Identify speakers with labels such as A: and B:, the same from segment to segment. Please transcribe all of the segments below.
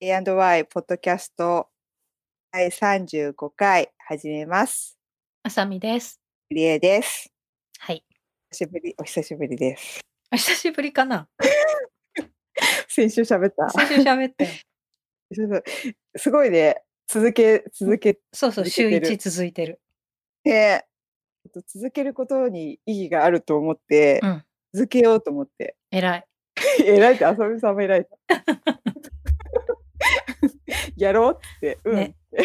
A: A&Y ポッドキャスト第35回始めます。
B: あさみです。
A: リエです。
B: はい。
A: 久しぶり、お久しぶりです。
B: お 久しぶりかな。
A: 先週喋った。
B: 先週喋ったよ。
A: ちょっとすごいね、続け、続け
B: そうそう、
A: 続
B: 週
A: けてる
B: 一続いてる。
A: て、ちょっと続けることに意義があると思って、
B: うん。
A: 続けようと思って。
B: 偉い。
A: 偉いって、浅見さんも偉 い。やろうっつって、うん。
B: ねい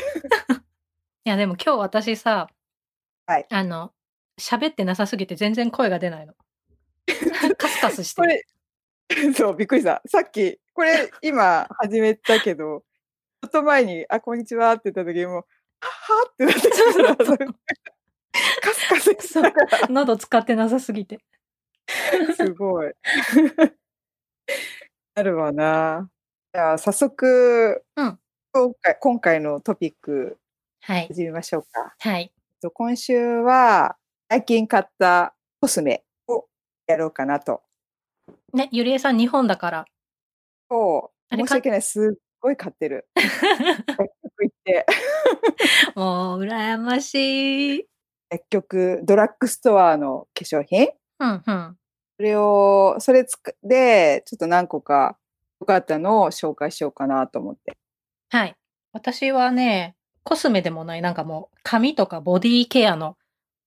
B: や、でも今日私さ、
A: はい
B: あの、喋ってなさすぎて全然声が出ない の。カスカスして
A: こ
B: る。
A: れ、 そう、びっくりした。さっき、これ、今、始めたけど、ちょっと前に、あ、こんにちはって言った時もう、はっはってなってたから、 カスカスし
B: そ
A: た
B: う
A: から、
B: 喉使ってなさすぎて。
A: すごい。 なるわな。じゃあ、早速、
B: うん
A: 今回、今回のトピック、
B: はい。
A: 始めましょうか。
B: はい。
A: えっと今週は、最近買ったコスメをやろうかなと。
B: ね、ゆりえさん日本だから。
A: そう
B: あれ
A: 申し
B: 買っ
A: 訳ない。すっごい買って る。薬局行って、
B: もう、羨ましい。
A: 薬局、ドラッグストアの化粧品
B: うんうん。
A: それを、それつくで、ちょっと何個か良かったのを紹介しようかなと思って。
B: はい。私はね、コスメでもない、なんかもう、髪とかボディケアの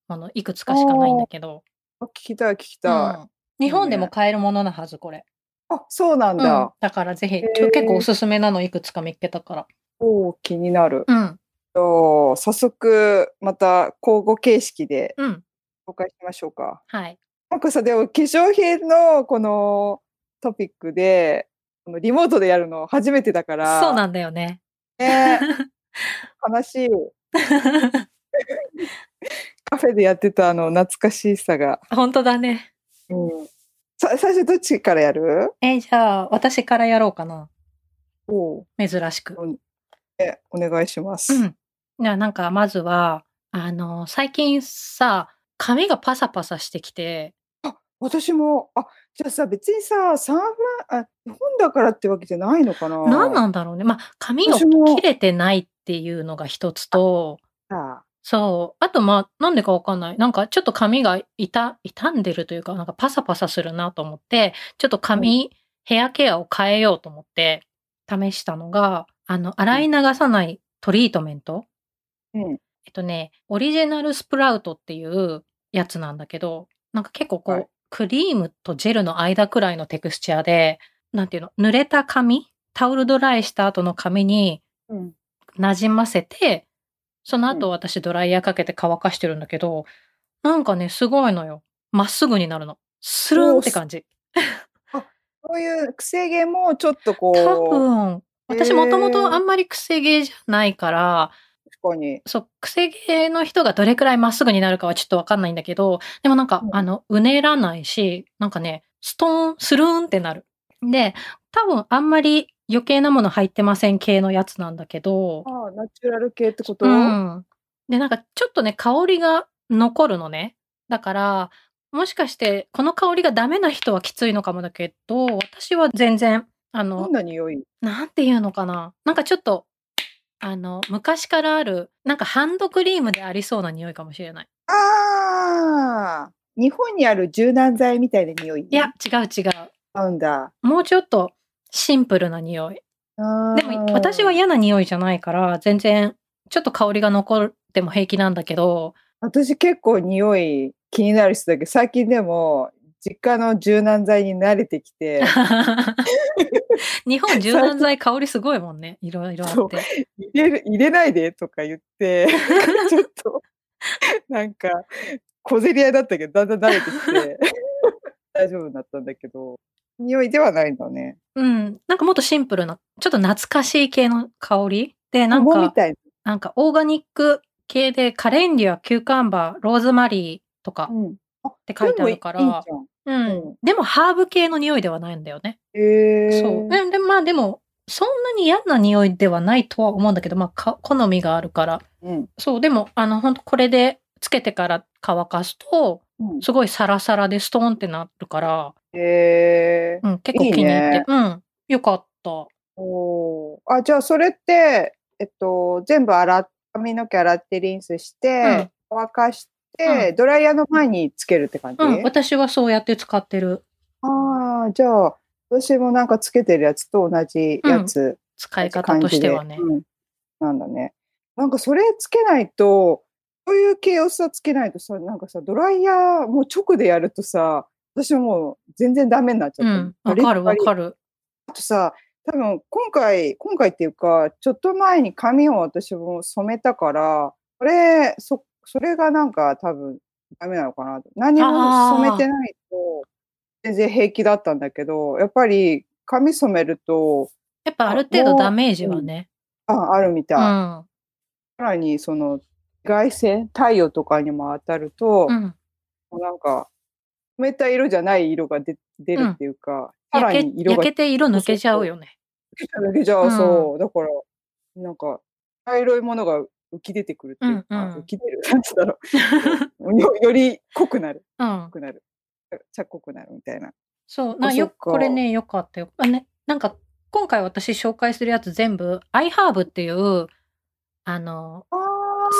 B: もの、いくつかしかないんだけど。
A: あ聞きたい、聞き
B: う
A: たい。
B: ん、日本でも買えるものなはず、これ。
A: あ、そうなんだ。
B: うん、だからぜひ、
A: ー
B: ちょ結構おすすめなのいくつか見っけたから。
A: おー気になる。
B: うん。
A: と早速、また交互形式で
B: うん。
A: 紹介しましょうか。
B: はい。
A: なんかさ、でも化粧品のこのトピックで、このリモートでやるの初めてだから、
B: そうなんだよね。
A: ね、悲しい。カフェでやってたあの懐かしさが。
B: 本当だね。
A: うん、さ最初どっちからやる
B: え、じゃあ、私からやろうかな。
A: おう
B: 珍しく。
A: えお願いします。
B: うん。じゃあ、なんか、まずは、あの、最近さ、髪がパサパサしてきて、
A: 私も、あじゃあさ、別にさ、サンフランあ、日本だからってわけじゃないのかな。
B: 何なんだろうね。まあ、髪が
A: 私も
B: 切れてないっていうのが一つと、
A: あ
B: そう。あと、まあ、なんでかわかんない。なんか、ちょっと髪がいた、傷んでるというか、なんかパサパサするなと思って、ちょっと髪、ヘアケアを変えようと思って、試したのが、あの、洗い流さないトリートメント。
A: うん。
B: えっとね、オリジナルスプラウトっていうやつなんだけど、なんか結構こう、
A: はい
B: クリームとジェルの間くらいのテクスチャーで、なんていうの、濡れた髪、タオルドライした後の髪に
A: うん。
B: なじませて、その
A: う
B: 後私ドライヤーかけて乾かしてるんだけど、なんかね、すごいのよ。まっすぐになるの。スルンって感じ。
A: そういう癖毛もちょっとこう、
B: 多分、私もとも
A: へー
B: とあんまり癖毛じゃないから、
A: 確かに。
B: そう、癖毛の人がどれくらいまっすぐになるかはちょっとわかんないんだけど、でもなんか、
A: うん
B: あの、うねらないし、なんかね、ストーン、スルーンってなる。で、多分あんまり余計なもの入ってません系のやつなんだけど、
A: あナチュラル系ってこと、
B: うん。で、なんかちょっとね、香りが残るのね。だから、もしかして、この香りがダメな人はきついのかもだけど、私は全然、あ
A: ど
B: の
A: ん、な匂い
B: なんていうのかな。なんかちょっと、あの、昔からある、なんかハンドクリームでありそうな匂いかもしれない。
A: ああ日本にある柔軟剤みたいな匂い
B: いや、、違う違う。
A: 合うんだ。
B: もうちょっとシンプルな匂い。で
A: で
B: も、私は嫌な匂いじゃないから、全然、ちょっと香りが残っても平気なんだけど、
A: 私結構匂い気になる人だけど最近でも実家の柔軟剤に慣れてき て
B: 日本柔軟剤香りすごいもんね。いろいろあ
A: そう
B: って。
A: 入れる入れないでとか言って ちょっとなんか小競り合いだったけどだんだん慣れて きて大丈夫になったんだけど匂いではないんだね。
B: うん。なんかもっとシンプルな、ちょっと懐かしい系の香りで、なん
A: 桃
B: か
A: み、たい
B: なんかオーガニック系でカレンデュア、キューカンバー、ローズマリーとか
A: な。うん
B: って書いてあるか
A: でもいい
B: ら
A: じ、ゃ
B: うん
A: うん
B: でもハーブ系の匂いではないんだよね。
A: んへえ
B: そう。ででまあでも、そんなに嫌な匂いではないとは思うんだけど、まあか好みがあるから。
A: うん
B: そう、でも、あの、本当これでつけてから乾かすと、
A: うん
B: すごいサラサラでストーンってなるから、
A: へえ
B: うん、結構気に入っ
A: いい
B: て。
A: ね
B: うん。よかった。
A: おーあ、じゃあそれって、えっと、全部洗っ、髪の毛洗ってリンスして、乾かして、ドライヤーの前につけるって感じ、
B: うん、私はそうやって使ってる。
A: ああ、じゃあ、私もなんかつけてるやつと同じやつ。
B: 使い方としてはね。
A: うんなんだね。なんかそれつけないと、そういう系をさ、つけないとさ、なんかさ、ドライヤーもう直でやるとさ、私はもう全然ダメになっちゃ
B: う
A: った。
B: ん、わかるわかる。
A: あとさ、多分今回、今回っていうか、ちょっと前に髪を私も染めたから、それ、そ、それがなんか多分ダメなのかなと。何も染めてないと、全然平気だったんだけど、やっぱり髪染めると、
B: やっぱある程度ダメージはね。
A: あ、あるみ
B: う
A: たい。
B: ん。
A: さらにその、外線、太陽とかにも当たると
B: う、ん。
A: もうなんか、染めた色じゃない色が出出るっていうか、さら
B: 焼
A: に
B: け
A: 色
B: 焼
A: が
B: けて色抜けちゃうよね。
A: だけじゃ、
B: うん
A: そう。だから、なんか、茶色いものが浮き出てくるっていうか、
B: うんうん
A: 浮き出る。なんつうんだろ う。よより濃くなる。
B: うん
A: 濃。くなる。茶っこくなるみたいな。
B: そう。
A: あ
B: なよ
A: そっか
B: これね、よかったよ。あね、なんか、今回私紹介するやつ全部、iHerb っていう、あの、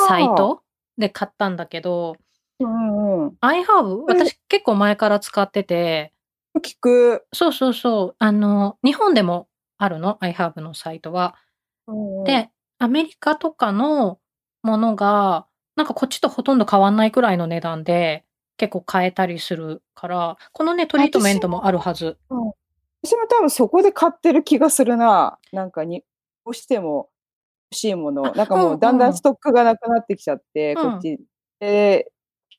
B: サイトで買ったんだけど、
A: うんうん。
B: iHerb、
A: それ
B: 私結構前から使ってて、
A: 聞く。
B: そうそうそう、あの、日本でもあるの、iHerb のサイトは。
A: うんうん、
B: で、アメリカとかのものが、なんかこっちとほとんど変わんないくらいの値段で、結構買えたりするから、このね、トリートメントもあるはず。
A: 私も多分そこで買ってる気がするな。なんかに、どうしても欲しいもの。
B: あ
A: なんか
B: うん
A: も
B: うん
A: うだんだんストックがなくなってきちゃって、
B: うん
A: こっち。で、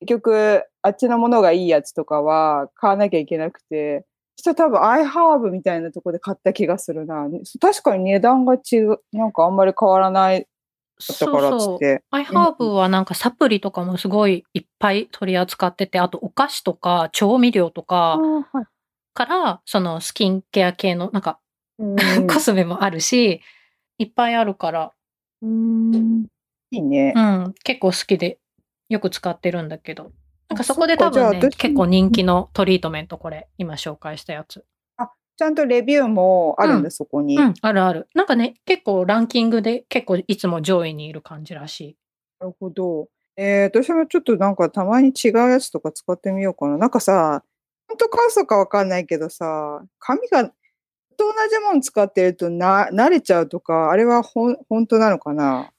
A: 結局、あっちのものがいいやつとかは買わなきゃいけなくて、そしたら多分アイハーブみたいなとこで買った気がするな。確かに値段が違う。なんかあんまり変わらないだったからっつ
B: そう
A: っ
B: そう。
A: て。
B: アイハーブはなんかサプリとかもすごいいっぱい取り扱ってて、あとお菓子とか調味料とか
A: あーはい
B: から、そのスキンケア系のなん か
A: うん
B: コスメもあるし、いっぱいあるから、
A: うんいいね
B: う。ん、結構好きでよく使ってるんだけど。なんかそこで多
A: そっ
B: 分
A: か
B: ね
A: じゃあ、私
B: 結構人気のトリートメントこれ、今紹介したやつ。
A: ちゃんとレビューもあるん
B: う
A: だ、
B: ん
A: そこに。
B: う、
A: なん
B: あるある。なんかね、結構ランキングで結構いつも上位にいる感じらしい。
A: るほど。えー、私もちょっとなんかたまに違うやつとか使ってみようかな。なんかさ、本当か嘘かわかんないけどさ、髪が、と同じもの使ってるとな慣れちゃうとか、あれはほん本当なのかな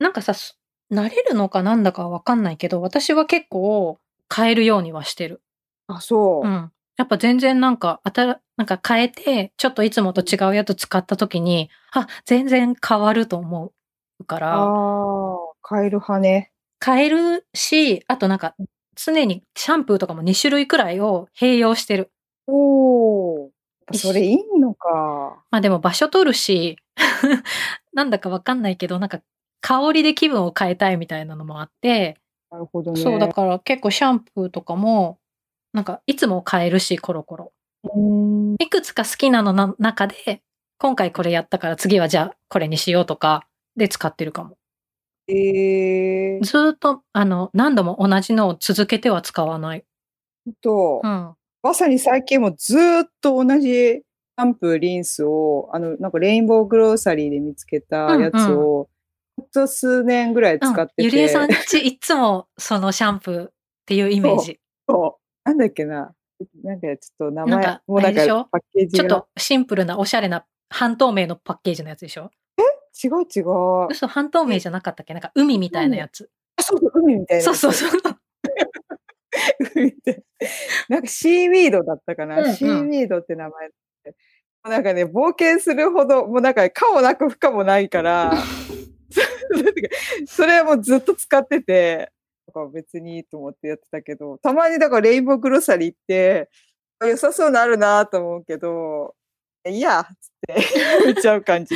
B: なんかさ、す慣れるのかなんだかわかんないけど、私は結構変えるようにはしてる。
A: あ、そう。
B: うん。やっぱ全然なんか、あたら、なんか変えて、ちょっといつもと違うやつ使った時に、あ、全然変わると思うから、
A: ああ、カエル派ね。
B: 変えるし、あとなんか、常にシャンプーとかも2種類くらいを併用してる。
A: おお。やっぱそれいいのか。
B: まあでも場所取るし、 なんだかわかんないけど、なんか香りで気分を変えたいみたいなのもあって、
A: なるほどね。
B: そう、だから結構シャンプーとかも、なんかいつも変えるし、コロコロ。
A: うーん。
B: いくつか好きなのな中で、今回これやったから次はじゃあこれにしようとかで使ってるかも。
A: えー、ち
B: ずーっと、あの、何度も同じのを続けては使わない。
A: ょっと、
B: うん。
A: まさに最近もずーっと同じシャンプー、リンスを、あの、なんかレインボーグローサリーで見つけたやつを、ほんと数年ぐらい使ってて。
B: うん、ゆりえさんちいつもそのシャンプーっていうイメージ。
A: そうなんだっけな。なんかちょっと名
B: なん
A: 前
B: か、
A: もうなん
B: あれでしょ
A: かパッケー
B: ち
A: ジ
B: ょっ
A: が。
B: とシンプルなおしゃれな半透明のパッケージのやつでしょ
A: 違う違う。
B: 嘘、半透明じゃなかったっけなんか海みたいなやつ。
A: あ、そうそう、海みたいな。
B: そうそうそう。
A: 海みたいな。なんかシーウィードだったかな。
B: うんうん
A: シーウィードって名前で。もうなんかね、冒険するほど、もうなんか、かもなく不可もない から、それもずっと使ってて、なんか別にいいと思ってやってたけど、たまにだからレインボーグロサリーって、あ良さそうなのあるなと思うけど、いや、っつって、 言っちゃう感じ。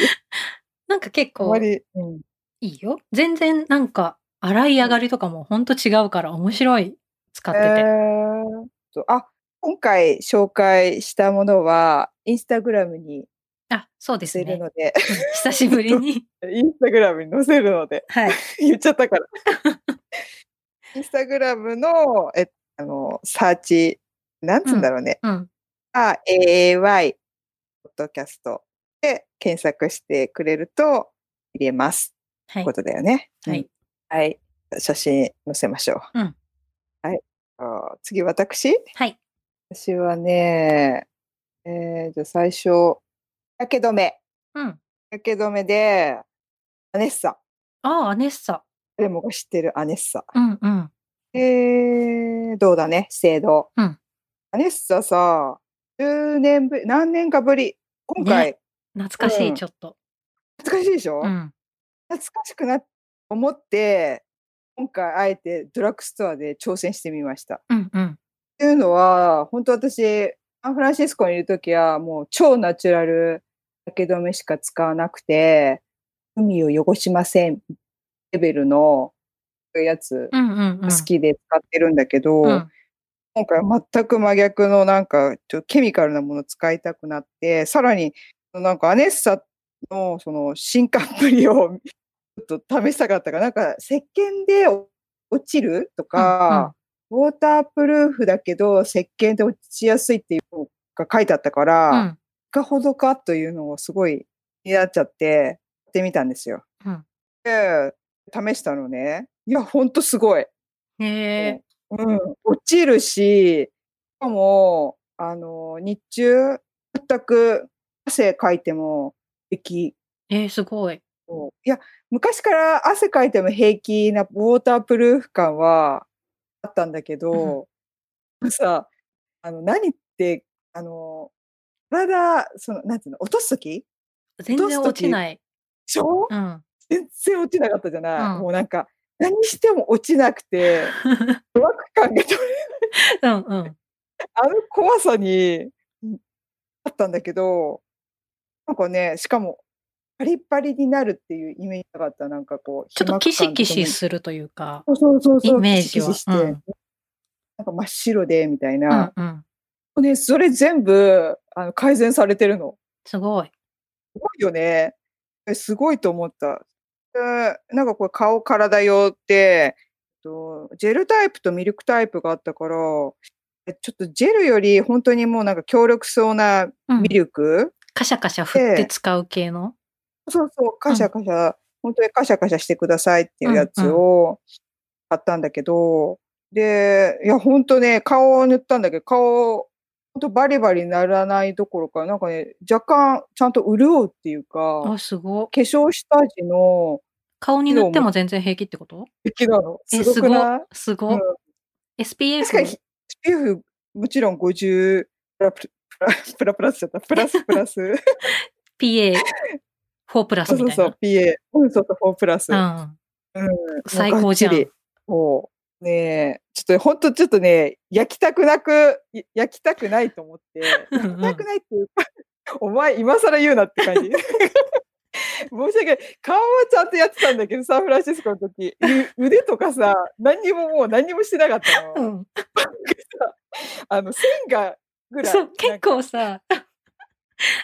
B: なんか結
A: あ
B: 構
A: まり、うん
B: いいよ。全然なんか洗い上がりとかもほんと違うから面白い使ってて。
A: えーっとあ、今回紹介したものは、インスタグラムに
B: あ、そうで
A: 載せ
B: す
A: る
B: ね。
A: ので、
B: 久しぶりに。
A: インスタグラムに載せるので、
B: はい。
A: 言っちゃった から。インスタグラムの、えあの、サーチ、なんつうんだろうね。
B: うん。
A: あ、AAY、ポッドキャスト。で検索してくれると入れます。
B: は
A: とい
B: いう
A: こ。とだよね。
B: はい
A: うん。はい。写真載せましょう。
B: うん
A: はい。あ次、私
B: はい。
A: 私はね、えー、じゃあ最初、やけ止め。
B: うん。
A: やけ止めで、アネッサ。
B: ああ、アネッサ。
A: でも知ってるアネッサ。
B: うんうん。
A: えー、どうだね、資生堂。
B: うん
A: アネッサさ、10年ぶり、何年かぶり。今回、
B: 懐かし
A: う
B: い、
A: ん
B: ちょっと。
A: 懐かしいでしょ、
B: うん。
A: 懐かしくなって思って、今回あえてドラッグストアで挑戦してみました。
B: うんうん。
A: っていうのは、本当私、サンフランシスコにいるときは、もう超ナチュラルやけ止めしか使わなくて、海を汚しませんレベルのやつ
B: うんうんうん。
A: が好きで使ってるんだけど、
B: うん。
A: 今回は全く真逆のなんか、ちょっとケミカルなものを使いたくなって、さらになんかアネッサのその進化っぷりを ちょっと試したかったから、なんか石鹸で落ちるとか、ウォータープルーフだけど石鹸で落ちやすいっていうのが書いてあったか
B: う
A: ら、
B: ん。
A: いかほどかというのをすごい気になっちゃって、やってみたんですよ。
B: うん
A: で、試したのね。いや、ほんとすごい。
B: へえ。
A: うん、落ちるし、しかも、あの、日中、全く汗かいても平気。
B: えー、すごい。
A: こういや、昔から汗かいても平気なウォータープルーフ感はあったんだけど、さ、あの、何って、あの、体、その、なんていうの、落とすとき
B: 全
A: 落とす
B: 然
A: 時
B: 落ちない。
A: しょ
B: うん。
A: 全然落ちなかったじゃない、
B: うん
A: もうなんか、何しても落ちなくて、ドラッグ感が
B: うんうん。
A: あの怖さに、うんあったんだけど、なんかね、しかも、パリッパリになるっていうイメージなかった、なんかこう、
B: ちょっとキシキシ
A: す
B: するというか。
A: そうそうそうそう、
B: イメージは
A: キシキシして、
B: うん
A: なんか真っ白で、みたいうな。
B: んうん。
A: ね、それ全部あの改善されてるの。
B: すごい。
A: すごいよね。えすごいと思った。でなんかこれ顔、体用って、えっとジェルタイプとミルクタイプがあったから、えちょっとジェルより本当にもうなんか強力そうな
B: うん
A: ミルク、
B: カシャカシャ振って使う系の。
A: そうそう、カシャカシャ、本当にカシャカシャしてくださいっていうやつを買ったんだけど、で、いや、本当ね、顔を塗ったんだけど、顔、本当バリバリならないどころか、なんかね、若干ちゃんと潤うっていうか、
B: あ、すごい。
A: 化粧下地の
B: 顔に塗っても全然平気ってこと
A: 敵なの。
B: え、
A: すご
B: すご
A: く
B: い
A: ない。
B: すごい。
A: うん
B: SPF。
A: 確かに、SPF もちろん50プラプラ、プラプラスだった。プラスプラ ス。
B: PA4 プラス
A: そう
B: み
A: そう
B: たい
A: そ
B: な
A: う、。PA。うん、そうそう、4プラス。
B: うん。
A: うん
B: 最高じゃん。
A: もうがっちりもう、ねえ、ちょっと本当ちょっとね、焼きたくなく、い焼きたくないと思って、
B: う
A: 焼
B: ん
A: きたくないっていうか、 お前今更言うなって感 じ。申し訳ない。顔はちゃんとやってたんだけど、サンフランシスコの時、う腕とかさ、何にももう何にもしてなかったの。
B: うん
A: あの、線がぐらい。
B: そう、結構
A: そ
B: さ、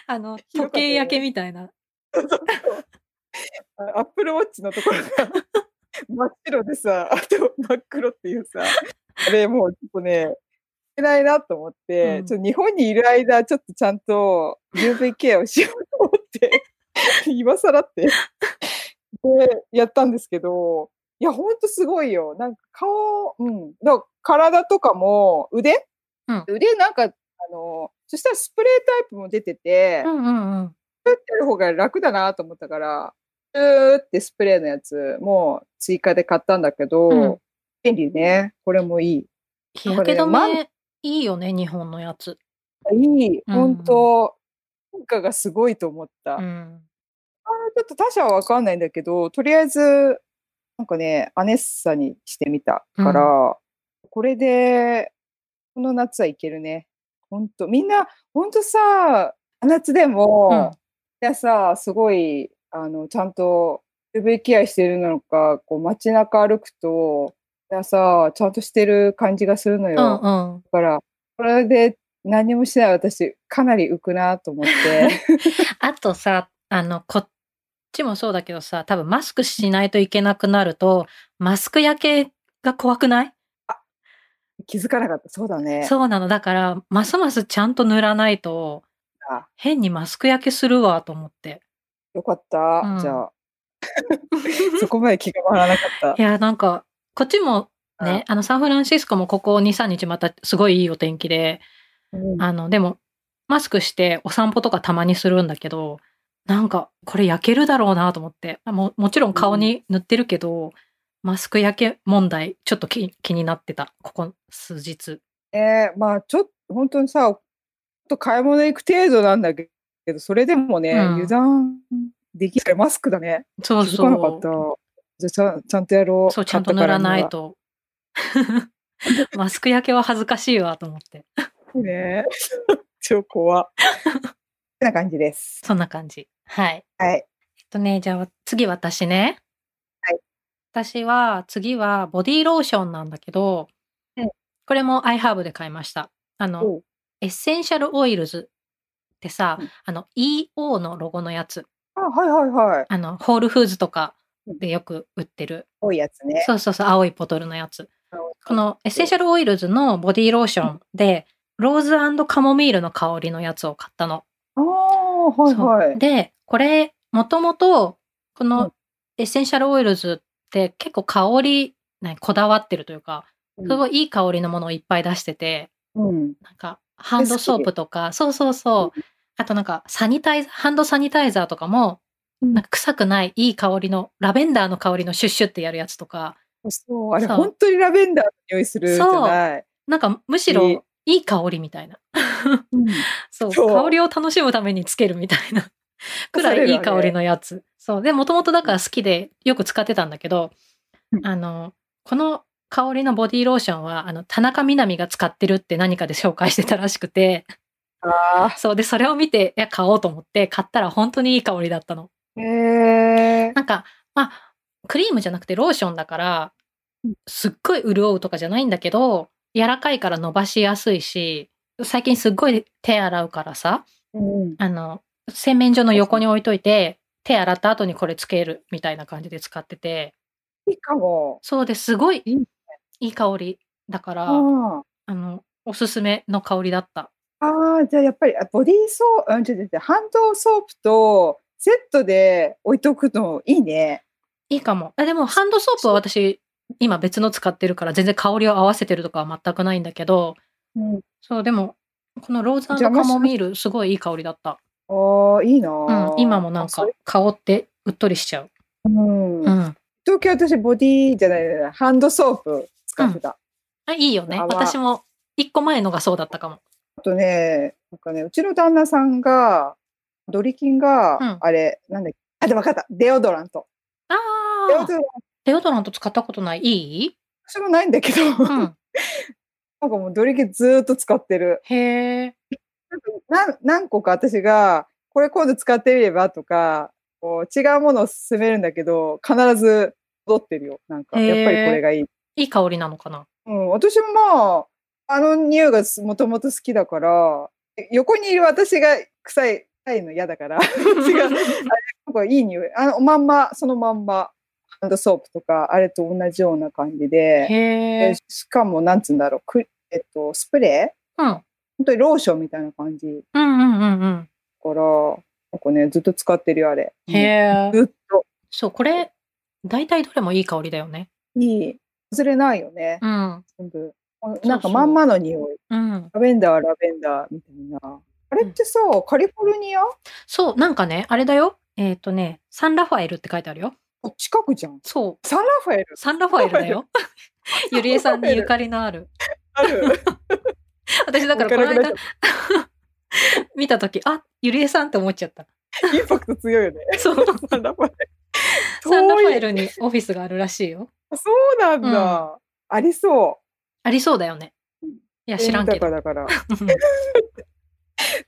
B: あの、
A: ひどか
B: 時
A: ったよね
B: 計焼けみたいな。
A: アップルウォッチのところが 真っ白でさ、あと真っ黒っていうさ、あれもうちょっとね、いけないなと思って、
B: うん
A: ちょっと日本にいる間、ちょっとちゃんと UV ケアをしようと思って、 今更って。で、やったんですけど、いや、ほんとすごいよ。なんか顔、うん。だから体とかも腕、
B: うん
A: 腕なんか、あの、そしたらスプレータイプも出てて、
B: うんうんうん。
A: プーってやる方が楽だなと思ったから、プーってスプレーのやつも追加で買ったんだけど、
B: うん
A: 便利ね。これもいい。
B: 日焼け
A: だ
B: 止
A: からね
B: め、いいよね、日本のやつ。
A: いい。
B: うん
A: 本当、効果がすごいと思った。
B: う
A: あ
B: ん。
A: ちょっと他社はわかんないんだけど、とりあえず、なんかね、アネッサにしてみたから、これで、この夏はいけるね。本当みんな、本当さ、夏でも、
B: うん
A: いやさ、すごい、あの、ちゃんと UV ケアしてるのか、こう街中歩くと、いやさ、ちゃんとしてる感じがするのよ。
B: うん
A: だ
B: うん。
A: から、これで何もしてない私、かなり浮くなと思って。
B: あとさ、あの、こっちもそうだけどさ、多分マスクしないといけなくなると、マスク焼けが怖くない
A: 気づかなかった。そうだね。
B: そうなの。だから、ますますちゃんと塗らないと、
A: か。
B: 変にマスク焼けするわと思 って。
A: よかった。
B: うん
A: じゃあ、そこまで気が回らなかった
B: い。や、なんか、こっちもね、あの、サンフランシスコもここ2、3日またすごいいいお天気で、
A: うん
B: あの、でも、マスクしてお散歩とかたまにするんだけど、なんか、これ焼けるだろうなと思って。あももちろん顔に塗ってるけど、マスク焼け問題、ちょっと気気になってた。ここ数日。
A: えーまあちょっと本当にさちょっと買い物行く程度なんだけどそれでもね、
B: うん
A: 油断できないマスクだね
B: そう
A: 気づかなか
B: そ
A: った
B: う。
A: じゃあちゃんちゃんとやろう
B: そう、ちゃんと塗らないと。 マスク焼けは恥ずかしいわと思って。
A: 買ったからにはね 超怖ってな感じです
B: そんな感じ。はい。
A: はい
B: えっとね、じゃあ次私ね。
A: はい。
B: 私は次はボディーローションなんだけど、
A: うん
B: これも iHerb で買いました。あの、
A: おう
B: エッセンシャルオイルズってさ、
A: うん
B: あの EO のロゴのやつ。
A: あはいはいはい
B: あの、ホールフーズとかでよく売ってる。
A: 多いやつね
B: そうそうそう、青いボトルのやつ。このエッセンシャルオイルズのボディーローションで、ローズカモミールの香りのやつを買ったの。
A: あーはいはい
B: そうでこれもともとこ
A: う
B: の
A: ん
B: エッセンシャルオイルズって結構香りねこだわってるというか
A: うん
B: すごいいい香りのものをいっぱい出してて
A: うん
B: なんかハンドソープとかそうそうそうあとなんかサニタイザーハンドサニタイザーとかも
A: うん
B: なんか臭くないいい香りのラベンダーの香りのシュッシュってやるやつとか
A: そうあれ
B: そう
A: 本当にラベンダーの匂いするじゃない
B: なんかむし
A: いい
B: ろいい香りみたいな
A: うん
B: そう
A: そう
B: 香りを楽しむためにつけるみた いなくら
A: 刺され
B: い
A: る
B: い
A: わ
B: い
A: ね
B: 香りのやつ、そうでもともとだから好きでよく使ってたんだけど、
A: うん
B: あのこの香りのボディーローションはあの田中みな実が使ってるって何かで紹介してたらしくて
A: あ
B: そうでそれを見ていや買おうと思って買ったら本当にいい香りだったの
A: ーへえ
B: なんかまあクリームじゃなくてローションだから
A: うん
B: すっごい潤うとかじゃないんだけど柔らかいから伸ばしやすいし最近すっごい手洗うからさ、
A: うん
B: あの、洗面所の横に置いといて、手洗った後にこれつけるみたいな感じで使ってて、
A: いいかも
B: そうですごい
A: いいね
B: いい香りだから、
A: あー
B: あの、おすすめの香りだった。
A: ああ、じゃあやっぱりあボディーソープ、うん、ちょっと待ってハンドソープとセットで置いとくのいいね。
B: いいかも。あでも、ハンドソープは私、今別の使ってるから、全然香りを合わせてるとかは全くないんだけど、
A: うん、
B: そう、でも、このローズ
A: じゃ
B: カ
A: あもし
B: モミール、すごいいい香りだった。
A: ああ、いいな
B: う
A: ー、
B: ん、今もなん
A: あそ
B: か
A: れ、
B: 香ってうっとりしちゃう。
A: うん
B: うん。
A: 東京私ボディーじゃないなハンドソープ使ってた。
B: あいいよね。
A: あまあ
B: 私も、一個前のがそうだったかも。
A: あとね、なんかね、うちの旦那さんが、ドリキンが、
B: うん
A: あれ、なんだっけ、あ、でも分かった、デオドラント。
B: あ
A: デオ
B: あ
A: ドラント、
B: デオドラント使ったことないいい
A: 私もないんだけど、
B: う
A: なん
B: ん
A: か。もうドリキンずーっと使ってる。
B: へえ。
A: なん何個か私がこれ今度使ってみればとかこう違うものを勧めるんだけど必ず戻ってるよなんか
B: へ
A: や
B: ー
A: っぱりこれがいい、
B: いい香りなのかな。
A: うん、私もまああの匂いがもともと好きだからえ横にいる私が臭い臭いの嫌だから 違うなんかいい匂いあのまんまそのまんまハンドソープとかあれと同じような感じで
B: へ
A: で
B: え。
A: しかもなんつうんだろうく、えっと、スプレー
B: うん。
A: 本当にローションみたいな感じ
B: うんうんうんうん。
A: から、なんかね、ずっと使ってるよ、あれ。
B: へえ。
A: ずっと。
B: そう、これ、大体どれもいい香りだよね。
A: いい。外れないよね、
B: うん。
A: 全部。
B: う
A: なんかまんまの匂い。
B: うん。
A: ラベンダーはラベンダーみたいな。あれってさ、カリフォルニア
B: そう、なんかね、あれだよ。えっ、とね、サンラファエルって書いてあるよ。
A: 近くじゃん。
B: そ
A: サンラファエル
B: う、サンラファエルだよ。ゆりえさんにゆかりのある。
A: ある。
B: 私だからこの
A: わか
B: 間
A: る
B: 見たとき、あ、ゆりえさんって思っちゃった。
A: インパクト強 いよね。
B: そう、
A: サンラファエル。
B: サンラファエ
A: 遠い
B: ルにオフィスがあるらしいよ。
A: そうなんだ。ありそ。
B: ありそうだよね。いうや、知らんけど。
A: だからだから、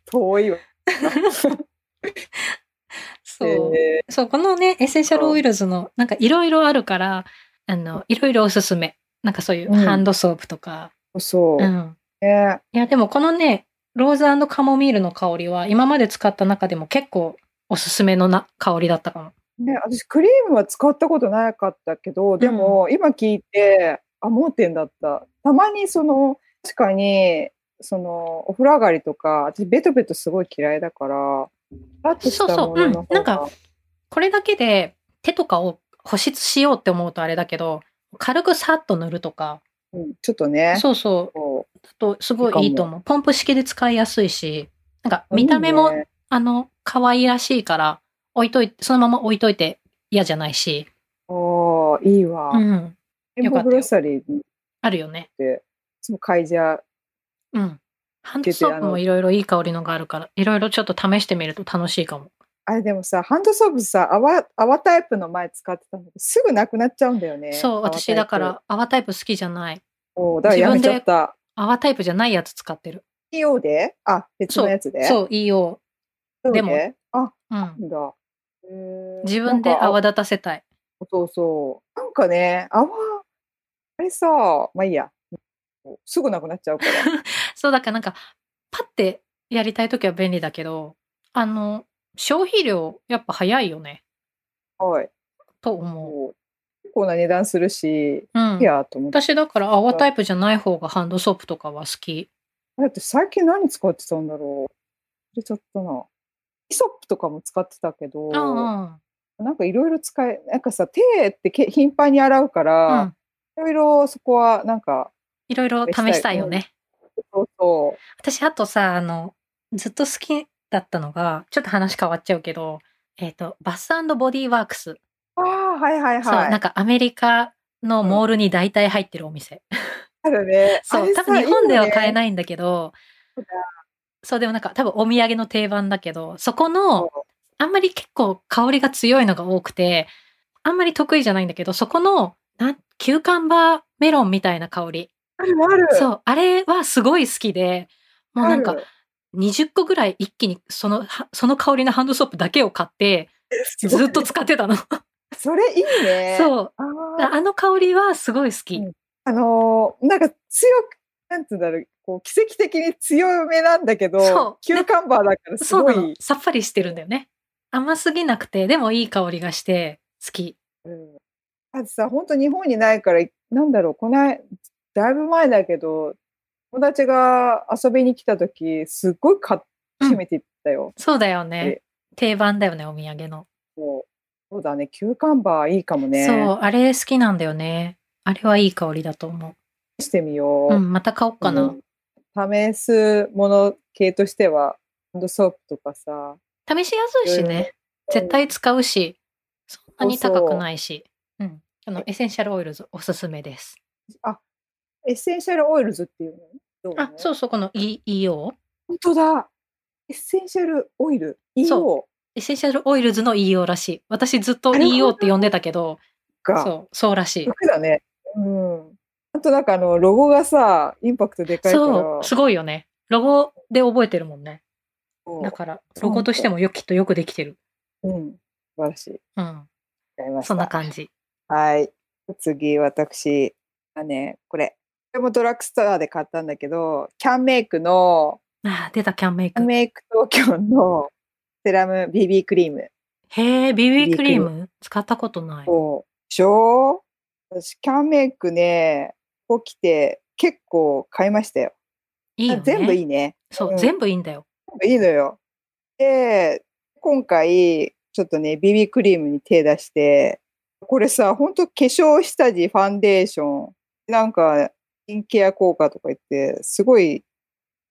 A: 遠いわ。
B: そう。
A: え
B: そう、このね、エッセンシャルオイルズの、なんかいろいろあるから、あの、いろいろおすすめ。なんかそういう
A: うん
B: ハンドソープとか。
A: ーそうう。
B: ん。
A: ね
B: いや、でもこのね、ローズカモミールの香りは、今まで使った中でも結構おすすめのな香りだったかも。
A: ね、私クリームは使ったことなかったけどでも今聞いて、あ盲点だったたまにその確かにそのお風呂上がりとか私ベトベトすごい嫌いだからパッとし
B: そう
A: た
B: そう
A: ものの方が
B: うんなんかこれだけで手とかを保湿しようって思うとあれだけど、軽くさっと塗るとか、
A: うんちょっとね
B: そうそう、
A: そ
B: だとすごいいいと思う。ポンプ式で使いやすいし、なんか見た目も、
A: いいね
B: あの、可愛らしいから、置いといて、そのまま置いといて嫌じゃないし、
A: おーいいわ、
B: うん、
A: エンボグロッサリーっ
B: あるよね。
A: ていつも買いじゃ
B: うん。ハンドソープもいろいろいい香りのがあるから、いろいろちょっと試してみると楽しいかも。
A: あれでもさハンドソープさ泡泡タイプの前使ってたんだけどすぐなくなっちゃうんだよね
B: そう、
A: 泡タイプ
B: 私だから、泡タイプ好きじゃない。
A: おーだからやめちゃった
B: 泡タイプじゃないやつ使ってる。
A: EO であ別のやつで
B: そう、いいよ。
A: そうね
B: でも
A: あ
B: うん。
A: なんだへー
B: 自分で
A: なんか
B: 泡立たせたい。
A: そうそう。なんかね、泡、あれさ、まあいいや。すぐなくなっちゃうから。
B: そう、だからなんか、パッてやりたいときは便利だけど、あの、消費量、やっぱ早いよね。
A: はい。
B: と思う。
A: もう結構な値段するし、
B: うん
A: いい。やと思って。
B: 私だから泡タイプじゃない方がハンドソープとかは好き。
A: だって最近何使ってたんだろう。忘れちゃったな。イソップとかも使ってたけど、
B: うんうん。
A: なんかいろいろ使え、なんかさ、手ってけ頻繁に洗うから、いろいろそこはなんか、
B: いろいろ試したいよね。
A: そうそう。
B: 私あとさあのずっと好きだったのがちょっと話変わっちゃうけど、えっとバスボディーワークス、
A: ああ、はいはい
B: そう
A: は
B: なん
A: い。
B: かアメリカのモールに大体入ってるお店、
A: あるね。
B: そう多分日本では買え
A: い。
B: ないんだけど
A: そうだ
B: そうでもなんか多分お土産の定番だけどそこのあんまり結構香りが強いのが多くてあんまり得意じゃないんだけどそこのなんキューカンバーメロンみたいな香り、
A: あるある。
B: そうあれはすごい好きでもうなん
A: あ
B: か
A: る
B: 20個ぐらい一気にそのはその香りのハンドソープだけを買って
A: すごい
B: ずっと使ってたの。
A: それいいね。う。
B: そう
A: あー
B: あの香りはすごい好き。
A: うんあのーなんか強く、なんつうんだろう、こう奇跡的に強めなんだけ
B: そう
A: ど、キューカンバーだからす
B: そう
A: ご
B: なの
A: い。
B: さっぱりしてるんだよね。甘すぎなくてでもいい香りがして好き。
A: うんあとさ、本当日本にないから、なんだろう、こない、だいぶ前だけど、友達が遊びに来た時、すっごい買っ
B: うん
A: 占めていったよ。
B: そうだよね。定番だよねお土産の。
A: もうそうだね、キューカンバーいいかもね。
B: そうあれ好きなんだよね。あれはいい香りだと思
A: してみよ
B: う。
A: う。
B: うんまた買おうかな。
A: うん試すもの系としては、ハンドソープとかさ、
B: 試しやすいしね。絶対使うしそんなに高くないし。うんあのエッセンシャルオイルズおすすめです。
A: あ、エッセンシャルオイルズっていうのどう。
B: あそううそうこの EEO。
A: 本当だ。エッセンシャルオイル。
B: そ
A: そ
B: エッセンシャルオイルズの EO らしい。私ずっと
A: なるほど
B: EO って呼んでたけど、
A: うか。
B: そう、そうらしい。
A: 楽だね。うん。あとなんかあの、ロゴがさ、インパクトでかいから。
B: そう、すごいよね。ロゴで覚えてるもんね。
A: そう
B: だから、ロゴとしてもよきっとよくできてる。
A: うん。素晴らしい。わ
B: うん。
A: かりました。
B: そんな感じ。
A: はい。次、私、あね、これ。これもドラッグストアで買ったんだけど、キャンメイクの、
B: あー出たキャンメイ
A: キャ
B: ク
A: ン。メイク東京のセラム BB クリーム
B: へえ、BB クリ
A: ビ
B: ーム使ったことない。
A: を、しょ私、キャンメイクね、ここ来て結構買いましたよ。
B: いいよね。
A: 全部い
B: い。
A: いね。
B: そう、
A: うん
B: 全部いいんだよ。
A: いいのよ。で、今回、ちょっとね、BB クリームに手出して、これさ、ほんと化粧下地、ファンデーション、なんか、スキンケア効果とか言って、すごい、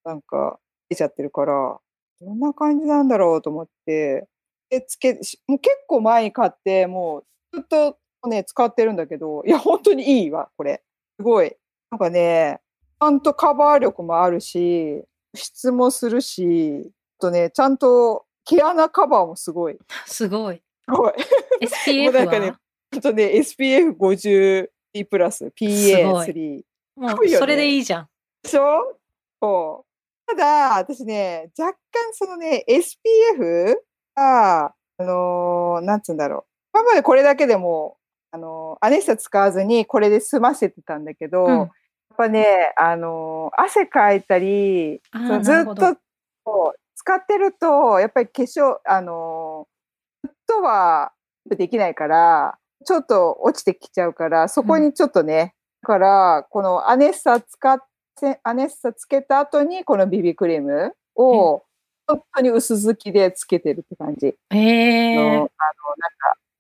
A: なんか、出ちゃってるから、どんな感じなんだろうと思って、で、つけ、しもう結構前に買って、もう、ずっとね、使ってるんだけど、いや、本当にいいわ、これ。すごい。なんかね、ちゃんとカバー力もあるし、質もするし、あとね、ちゃんと毛穴カバーもすごい。
B: すごい。
A: すごい も
B: SPF
A: うなんかね
B: は、
A: あとね、SPF50 プラス、
B: ごい
A: PA3。
B: も
A: ご
B: う
A: いよね
B: それでいいじゃん。
A: でしょそう。ただ、私ね、若干そのね、SPF が、あのーなんつうんだろう。今までこれだけでも、あのーアネッサ使わずにこれで済ませてたんだけど、
B: うん
A: やっぱね、あのー汗かいたり、
B: あ
A: そ
B: ー
A: うず
B: なる
A: っ
B: ほど
A: とこう使ってるとやっぱり化粧あのーずっとはできないからちょっと落ちてきちゃうからそこにちょっとね、だからこのアネッサ使っせアネッサつけた後にこの BB クリームを本当に薄付きでつけてるって感じ
B: え
A: の、あのなん
B: え。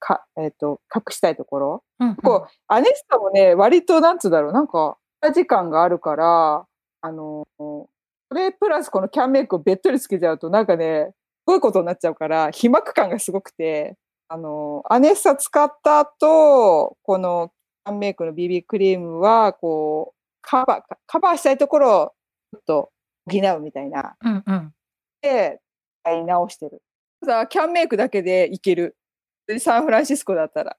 A: かか、えっと隠したいところ
B: うん
A: こうアネスタもね割となんつうだろうなんか時間があるからあのそれプラスこのキャンメイクをべっとりつけちゃうとなんかねすごいことになっちゃうから被膜感がすごくてあのアネッサ使った後このキャンメイクの BB クリームはこうカバーカバーしたいところをちょっと補うみたいな
B: うんうん。
A: で買い直してるただキャンメイクだけでいけるサンフランシスコだ ったら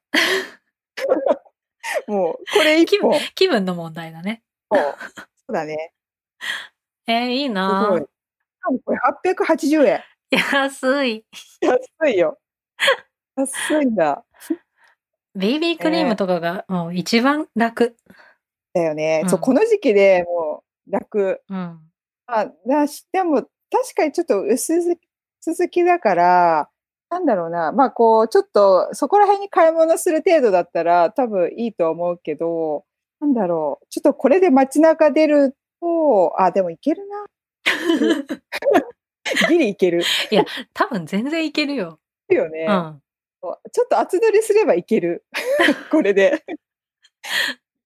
A: もうこれ一
B: 気
A: 本
B: 分
A: もう
B: 気分の問題だね。
A: そうだね
B: えー、いい
A: すご
B: ない
A: しかもこれ880円
B: 安い。
A: 安いよ安いんだ
B: ベイビークリームとかがもう一番楽。
A: だよね、
B: うん
A: そうこの時期でもう楽
B: うん。
A: あだしでも確かにちょっと薄づ続きだからなんだろうなまあこうちょっとそこら辺に買い物する程度だったら多分いいと思うけどなんだろうちょっとこれで街中出るとあでもいける なギリいける
B: 多分全然いけるよ。
A: よね、
B: うん。
A: ちょっと厚塗りすればいける これで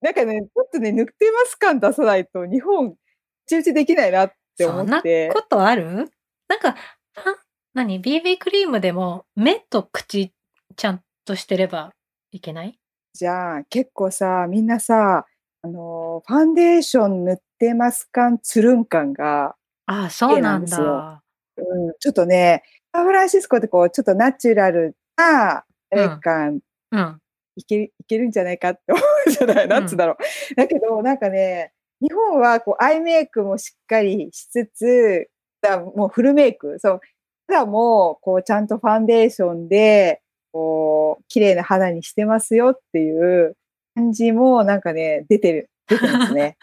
A: なんかねちょっとね塗ってます感出さないと日本ち打ちできないなって
B: そ
A: 思
B: ん
A: っ
B: なこ
A: て
B: とあるなんか、あ何 ?BB クリームでも目と口ちゃんとしてればいけない
A: じゃあ結構さみんなさあのーファンデーション塗ってます感つるん感が、
B: ああ、そうなん
A: 綺麗な
B: だ。
A: うん、ちょっとねサンフランシスコってこうちょっとナチュラルな
B: うん
A: え感、
B: うん。
A: いけるいけるんじゃないかって思うじゃないなんつうんだろう、だけどなんかね日本はこうアイメイクもしっかりしつつだもうフルメイクそう肌もこうちゃんとファンデーションでこう綺麗な肌にしてますよっていう感じもなんかね出てる出てます ね。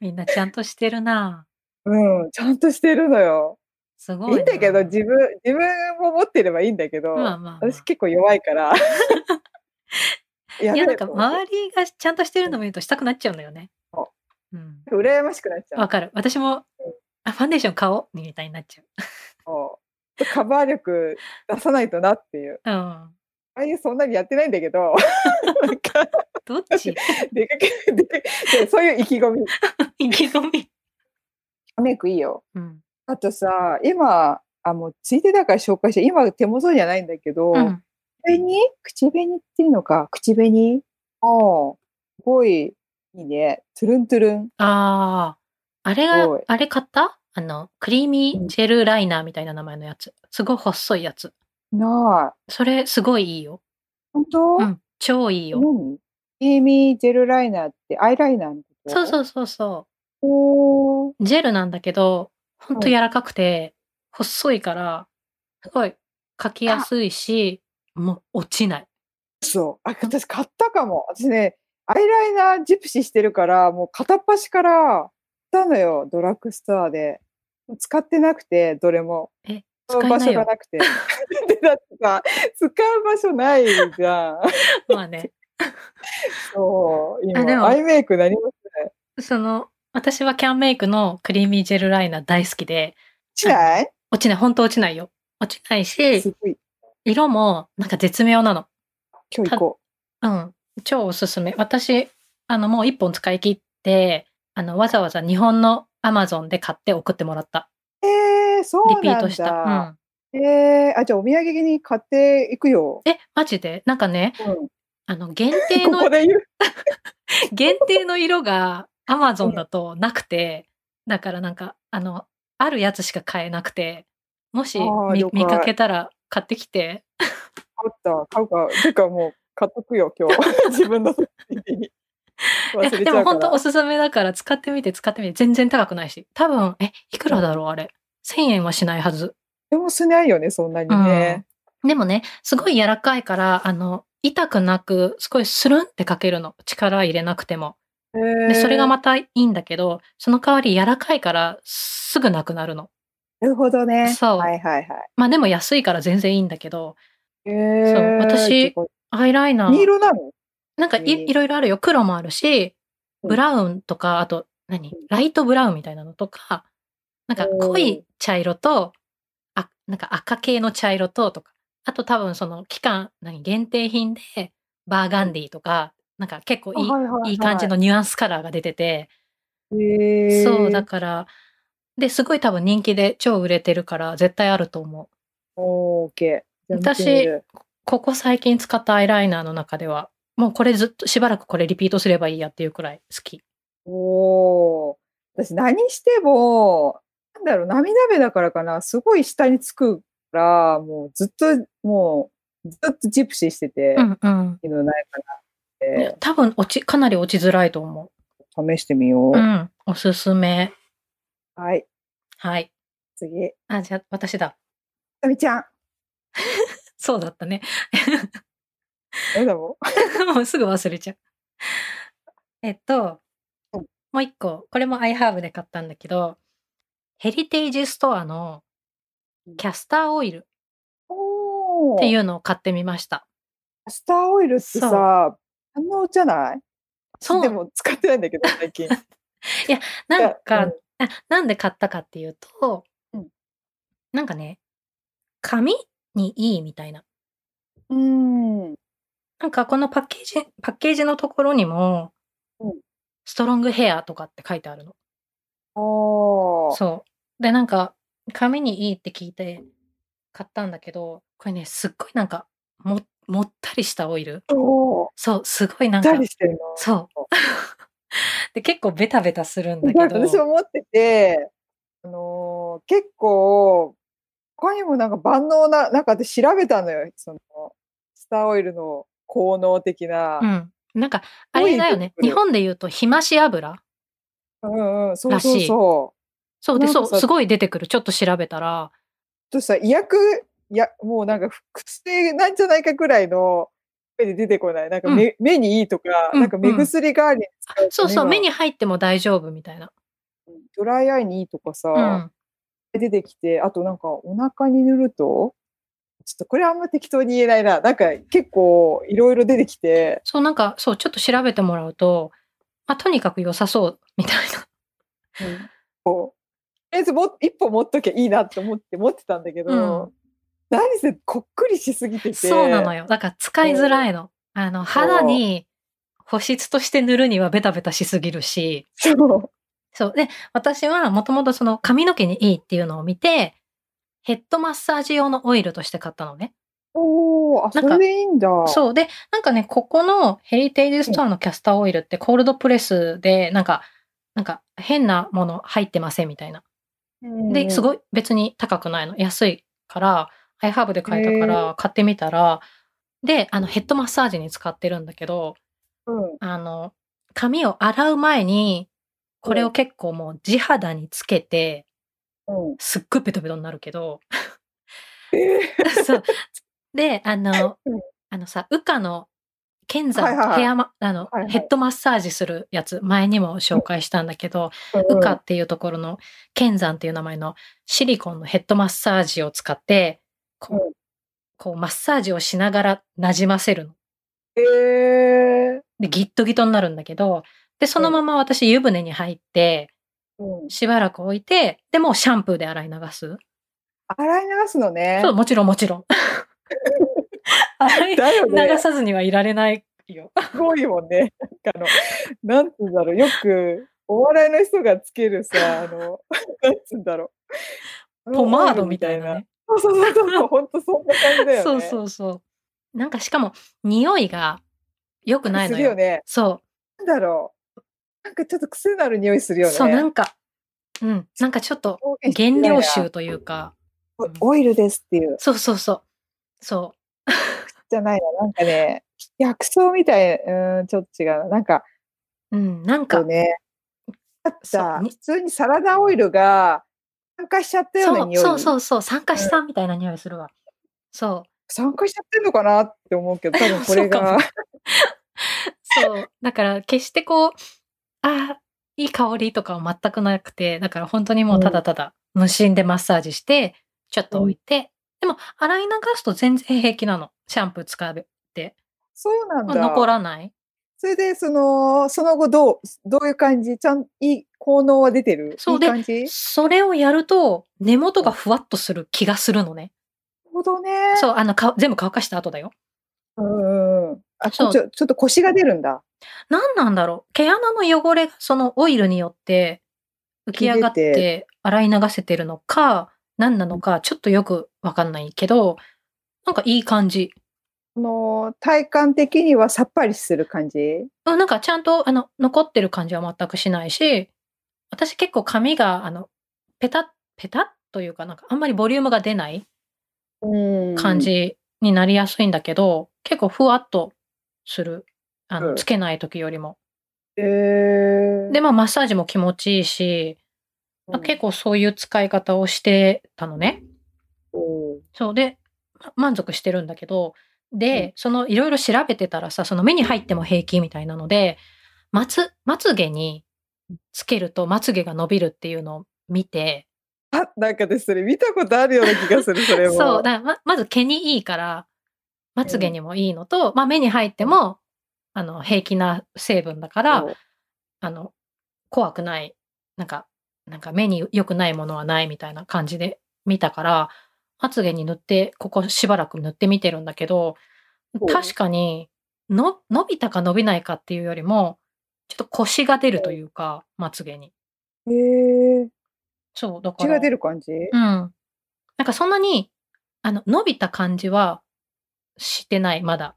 B: みんなちゃんとしてるな。
A: うん、ちゃんとしてるのよ。
B: すごい
A: い
B: な。
A: いんだけど自分自分も持ってればいいんだけど、
B: まあまあ、まあ
A: 私結構弱い から。や
B: い
A: べ
B: や、
A: え
B: なんか
A: と思って
B: 周りがちゃんとしてるの見るとしたくなっちゃうのよね。
A: そ
B: うん。
A: 羨ましくなっちゃう
B: わ。かる。私も、あ、ファンデーション買おうみたいになっち
A: そう カバー力出さないとなっていう。
B: ゃう。
A: ああいうそんなにやってないんだけど、 なんか
B: うん。どっ ち
A: 出かけ出かけでそういう意気込み。
B: 意気込み。
A: メイクいいよ。
B: うん。
A: あとさ、今、あ、もうついてだから紹介して、今手元じゃないんだけど、
B: うん。
A: 口紅口紅っていうのか、口紅もう、すごいいいね。トゥルントゥルン。
B: ああ。あれ
A: す
B: が
A: ごい、
B: あれ買ったあの、クリーミージェルライナーみたいな名前のやつ。すごい細いやつ。
A: なあ。
B: それ、すごいいいよ。
A: 本当、
B: うん。超いいよ。
A: 何エイミージェルライナーってアイライナーのこと
B: そう
A: う。
B: そうそうそ
A: おー
B: う。ジェルなんだけど、ほんと
A: うん
B: 柔らかくて、細いから、すごい描きやすいし、もう落ちない。
A: そう。あ、私買ったかも。私ね、アイライナージプシーしてるから、もう片っ端から買ったのよ、ドラッグストアで。使ってなくて、どれも。
B: え、
A: 使う
B: 使え
A: 場
B: ない
A: 所
B: よ
A: が。なくて。 でだってさ、使う場所ないじゃん。
B: まあね。
A: そう、
B: あでも
A: 今、アイメイク何もしない。
B: その、私はキャンメイクのクリーミージェルライナー大好きで、
A: しない
B: 落ちない、ほんと落ちないよ。落ちないし、
A: すごい。
B: 色もなんか絶妙なの。
A: 今日行こ
B: うん。超おすすめ。私、あの、もう一本使い切って、あの、わざわざ日本のアマゾンで買って送ってもらった。
A: う。えー、そう
B: リ
A: なんだ。
B: ピートした。
A: えー、あ、じゃあお土産に買っていくよ。
B: うん。え、マジでなんかね、
A: うん、
B: あの、限定
A: こ
B: の
A: こ、で言う。
B: 限定の色がアマゾンだとなくて、だからなんか、あの、あるやつしか買えなくて、もし
A: あー
B: 見
A: 了解
B: 見かけたら買ってきて、
A: 買った、買うか。てかもう、買っとくよ、今 日。自分の時に。忘れ
B: え
A: ちゃうから。
B: でも本当おすすめだから使ってみて使ってみて全然高くないし多分えいくらだろうあれ1000円はしないはず、
A: でもしないよね、そんなに
B: うん
A: ね。
B: でもねすごい柔らかいからあの痛くなくすごいスルンってかけるの力入れなくても
A: え
B: でそれがまたいいんだけどその代わり柔らかいからすぐなくなるの
A: なるほどね。
B: そう
A: はいはいはい。
B: まあでも安いから全然いいんだけど
A: え
B: そう私
A: 黄
B: アイライナー
A: 色なの
B: なんか
A: えー
B: いいろいろあるよ黒もあるし
A: うん
B: ブラウンとか、あと、何ライトブラウンみたいなのとか、なんか濃い茶色と、あ、なんか赤系の茶色と、とか。あと多分その期間、何限定品で、バーガンディとか、なんか結構いい、
A: はいはい
B: いい感じのニュアンスカラーが出てて、
A: へー
B: そう、だから、で、すごい多分人気で超売れてるから、絶対あると思う。
A: オーケー。じゃあ見
B: 私
A: てみる
B: ここ最近使ったアイライナーの中では、もうこれずっとしばらくこれリピートすればいいやっていうくらい好き。
A: おー私何しても、なんだろう、涙目だからかな、すごい下につくから、もうずっと、もう、ずっとジプシーしてて、
B: うんうん。
A: いいのないかなって、
B: 多分落ち、かなり落ちづらいと思
A: 試してみよう。
B: う。うん。おすすめ。
A: はい、
B: はい。
A: 次。
B: あ、じゃあ私だ。
A: あみちゃん。
B: そうだったね。
A: どうだもう。
B: もうすぐ忘れちゃう。えっと、
A: うん
B: もう一個、これも iHerb で買ったんだけど、ヘリテージストアのキャスターオイル
A: お。
B: っていううのを買ってみました。
A: カスターオイルって
B: そう
A: さ、反応じゃない
B: そう
A: でも使ってないんだけ ど、最近。
B: なんか、
A: うん
B: あなんで買ったかっていうと、
A: うん
B: なんかね、紙にいいみたいな。
A: うん。
B: なんかこのパッケージ、パッケージのところにも、
A: うん
B: ストロングヘアとかって書いてあるの。
A: おー。
B: そう。で、なんか、紙にいいって聞いて買ったんだけど、これね、すっごいなんか、も、もったりしたオイル。
A: おー。
B: そう、すごいなんか
A: 誰、してるの
B: そう。 で、結構ベタベタするんだ
A: なん
B: け
A: か
B: ど、
A: 私思ってて、あのー結構他にもなんか万能ななんかで調べたのよそのスターオイルの効能的な、
B: うん。なんか、あれだよね
A: オイル。
B: 日本で言うと、日増し油
A: うん、うんそう
B: ら
A: そ
B: し
A: う
B: い
A: そ
B: そうで、
A: なん
B: そ
A: か
B: う、
A: さ
B: すごい出てくる。ちょっと調べたら、
A: うとさ医薬いやもうなんか複製なんじゃないかぐらいの目で出てこないなんか目,、目にいいとか、
B: うん
A: なんか目薬代わりに使うと
B: そうそう、目
A: 目が
B: に入っても大丈夫みたいな。
A: ドライアイにいいとかさ、
B: うん。
A: 出てきて、あとなんかお腹に塗ると、ちょっとこれあんま適当に言えないな。なんか結構いろいろ出てきて、
B: そう、なんか、そう、ちょっと調べてもらうと、まあ、とにかく良さそう、みたいな。
A: こう、とりあえずも一歩持っときゃいいなって思って持ってたんだけど、
B: うん
A: 何せこっくりしすぎてて。
B: そうなのよ。だから使いづらいの。あの、肌に保湿として塗るにはベタベタしすぎるし、
A: そう。
B: そう。で、私はもともとその髪の毛にいいっていうのを見て、ヘッドマッサージ用のオイルとして買ったのね。
A: おー、あ、
B: な
A: そ
B: んか
A: れでいいんだ。
B: そう。で、なんかね、ここのヘリテージストアのキャスターオイルってコールドプレスで、なんか、なんか変なもの入ってませんみたいな。
A: うん
B: で、すごい別に高くないの。安いから、iHerb で買えたから買ってみたら、で、あの、ヘッドマッサージに使ってるんだけど、
A: うん
B: あの、髪を洗う前に、これを結構もう地肌につけて、
A: うん
B: すっごいベトベトになるけど、
A: え
B: そう。で、あの
A: うん、
B: あのさ、ウカの、剣山
A: はいはいはい
B: ヘアマ、あの、
A: はいはい
B: ヘッドマッサージするやつ、前にも紹介したんだけど、
A: ー
B: ウカっていうところの、剣山っていう名前のシリコンのヘッドマッサージを使って、こ
A: う
B: う、こうマッサージをしながらなじませるの。
A: えー
B: で、ギットギトになるんだけど、で、そのまま私湯船に入って、
A: うん
B: しばらく置いて、で、もうシャンプーで洗い流す。
A: 洗い流すのね
B: そう、。もちろんもちろん。 洗い
A: だよね
B: 流。さずにはいられないよ。
A: すごいもんね。なんかあの、なんつうんだろう、よくお笑いの人がつけるさ、あの、 なんつうんだろう。
B: ポマードみたいなね。
A: そうそうそうそう、ほんとそんな感じだよね。
B: そうそうそう。なんかしかも、匂いが良くない
A: す
B: の
A: る
B: よ。
A: よね。
B: そ
A: なんだろう。なんかちょっと癖のある匂いする
B: う、
A: よね。
B: そう、なんか、うん、なんかちょっと原料臭というか、
A: おオイルですっていう。
B: そうそうそう。そ
A: じゃないな。なんかね、薬草みたい、うん、ちょっと違うな。なんか、
B: う。うん、なん
A: こ
B: か
A: う、ね、あっ
B: そう
A: た。
B: に
A: 普通にサラダオイルが酸化しちゃったような
B: そう
A: 匂い。
B: そうそうそう、酸化したみたいな匂いするわ。そう。
A: 参加しちゃってんのかなって思うけど、多 分これ
B: そうか
A: が
B: も。そう。だから、決してこう、ああ、いい香りとかは全くなくて、だから本当にもうただただ無心でマッサージして、ちょっと置いて、でも、洗い流すと全然平気なの。シャンプー使って。
A: そうなん
B: ま
A: だ。
B: あ残らない。
A: それで、その、その後どう、どういう感じちゃん、いい、効能は出てる
B: そう
A: いい
B: で
A: 感じなる
B: それをやると、根元がふわっとする気がするのね。
A: ほどね。
B: そう、あの、か全部乾かした後だよ。
A: うんうん。あ、ち
B: そう
A: ょ、ちょっと腰が出るんだ。
B: 何なんだろう毛穴の汚れがそのオイルによって浮き上がっ
A: 浮き出
B: て洗い流せてるのか、何なのか、ちょっとよくわかんないけど、なんかいい感じ。
A: あの、体感的にはさっぱりする感じ
B: うんなんかちゃんと、あの、残ってる感じは全くしないし、私結構髪が、あの、ペタッ、ペタッというかなんかあんまりボリュームが出ない
A: うん
B: 感。じになりやすいんだけど、結構ふわっとする。あ
A: う
B: の、
A: ん
B: つけない時よりも。
A: えー、
B: で、まあ、マッサージも気持ちいいし、
A: うん
B: 結構そういう使い方をしてたのね。
A: うん
B: そうで、ま満足してるんだけど、で、そのいろいろ調べてたらさ、その目に入っても平気みたいなので、まつ、まつげにつけるとまつげが伸びるっていうのを見て、
A: あ、なんかですね、見たことあるような気がする、それも。
B: そう、だままず毛にいいから、まつげにもいいのと、まあ目に入っても、あの、平気な成分だから、
A: そう
B: あの、怖くない、なんか、なんか目に良くないものはないみたいな感じで見たから、まつげに塗って、ここしばらく塗ってみてるんだけど
A: お、
B: 確かにの、伸びたか伸びないかっていうよりも、ちょっと腰が出るというか、まつげに。
A: へえー、
B: そう、だか
A: 血
B: ら。
A: が出る感じ、
B: うん。なんかそんなに、あの、伸びた感じはしてない、まだ。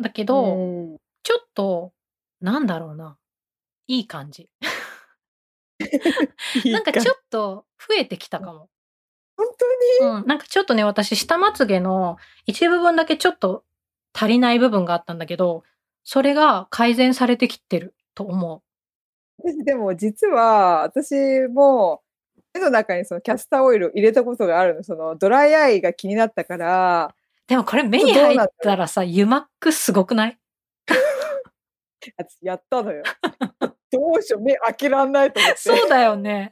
B: だけど、
A: うん
B: ちょっと、なんだろうな。いい感じ。
A: いい
B: なんかち
A: 感
B: ょっと増えてきたかも。
A: 本当
B: うん、なんかちょっとね、私、下まつげの一部分だけちょっと足りない部分があったんだけど、それが改善されてきてると思
A: 私 でも実は私も手の中にそのキャスターオイルを入れたことがあるのそのドライアイが気になったから
B: う。でもこれ目に入ったらさ、油膜すごくない
A: 私やった のよどうしよう目開けらんないと思って
B: そうだよ ね。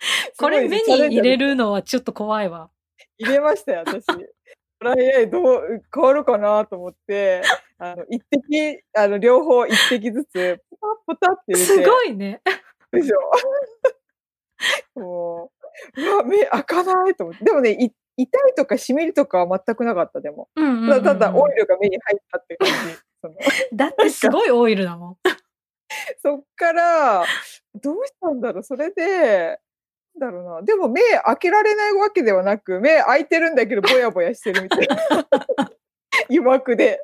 A: すご
B: こ
A: い
B: れ目
A: チャ
B: に
A: レンジ
B: 入れ
A: ャー
B: るのはちょっと怖いわ。
A: で入れましたよ私ドライアイどう変わるかなと思ってあの一滴あの両方一滴ずつポタポタって入れて
B: すごいね。
A: でしょ もううわ目開かないと思ってでもねい痛いとかしみるとかは全くなかったでも
B: うん うんうんう
A: た
B: ん
A: だただオイルが目に入ったって感じ。その
B: だってすごいオイルだもん。
A: そっから、どうしたんだろうそれで、なんだろうな。でも目開けられないわけではなく、目開いてるんだけど、ぼやぼやしてるみたいな。 油膜で。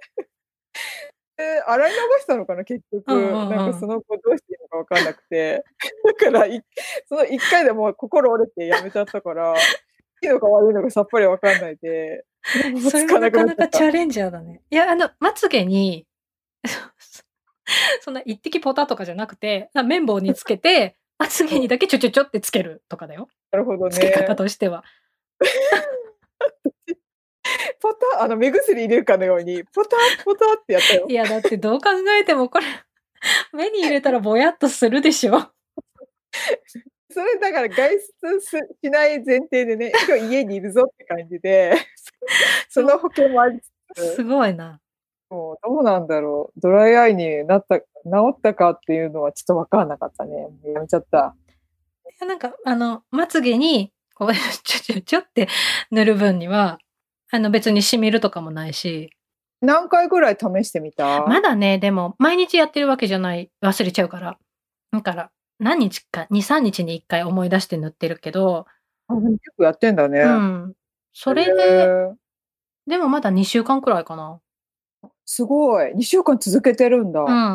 A: で洗い流したのかな結局、
B: うんうんうん
A: なんかその後どうしていいのか分かんなくてだからいその1回でもう心折れてやめちゃったからいいのか悪いのかさっぱり分かんないで
B: それもなかなかチャレンジャーだね。いや、あの、まつげに、 そんな一滴ポタとかじゃなくて、な綿棒につけ て、まつげにだけちょちょちょってつけるとかだよ。
A: なるほどね
B: つけ方としては。
A: ポタあの目薬入れるかのようにポタポタってやったよ
B: い。や、だってどう考えてもこれ、 目に入れたらぼやっとするでしょ。
A: それだから外出すしない前提で ね今日家にいるぞって感じでその保険もありつつ
B: すごいな。
A: もうどうなんだろうドライアイになった治ったかっていうのはちょっと分からなかったねもうやめちゃった
B: いや、なんか、あの、まつげに、こう、 ちょちょちょって塗る分には、あの別に染みるとかもないし、
A: 何回ぐらい試してみた、
B: まだね、でも、毎日やってるわけじゃない、忘れちゃうから。だから、何日か、2、3日に1回思い出して塗ってるけど、
A: あでもよくやってんだね、
B: うん。それ
A: へ
B: で、
A: ー
B: でもまだ2週間くらいかな。
A: すごい2週間続けてるんだ、
B: う
A: あ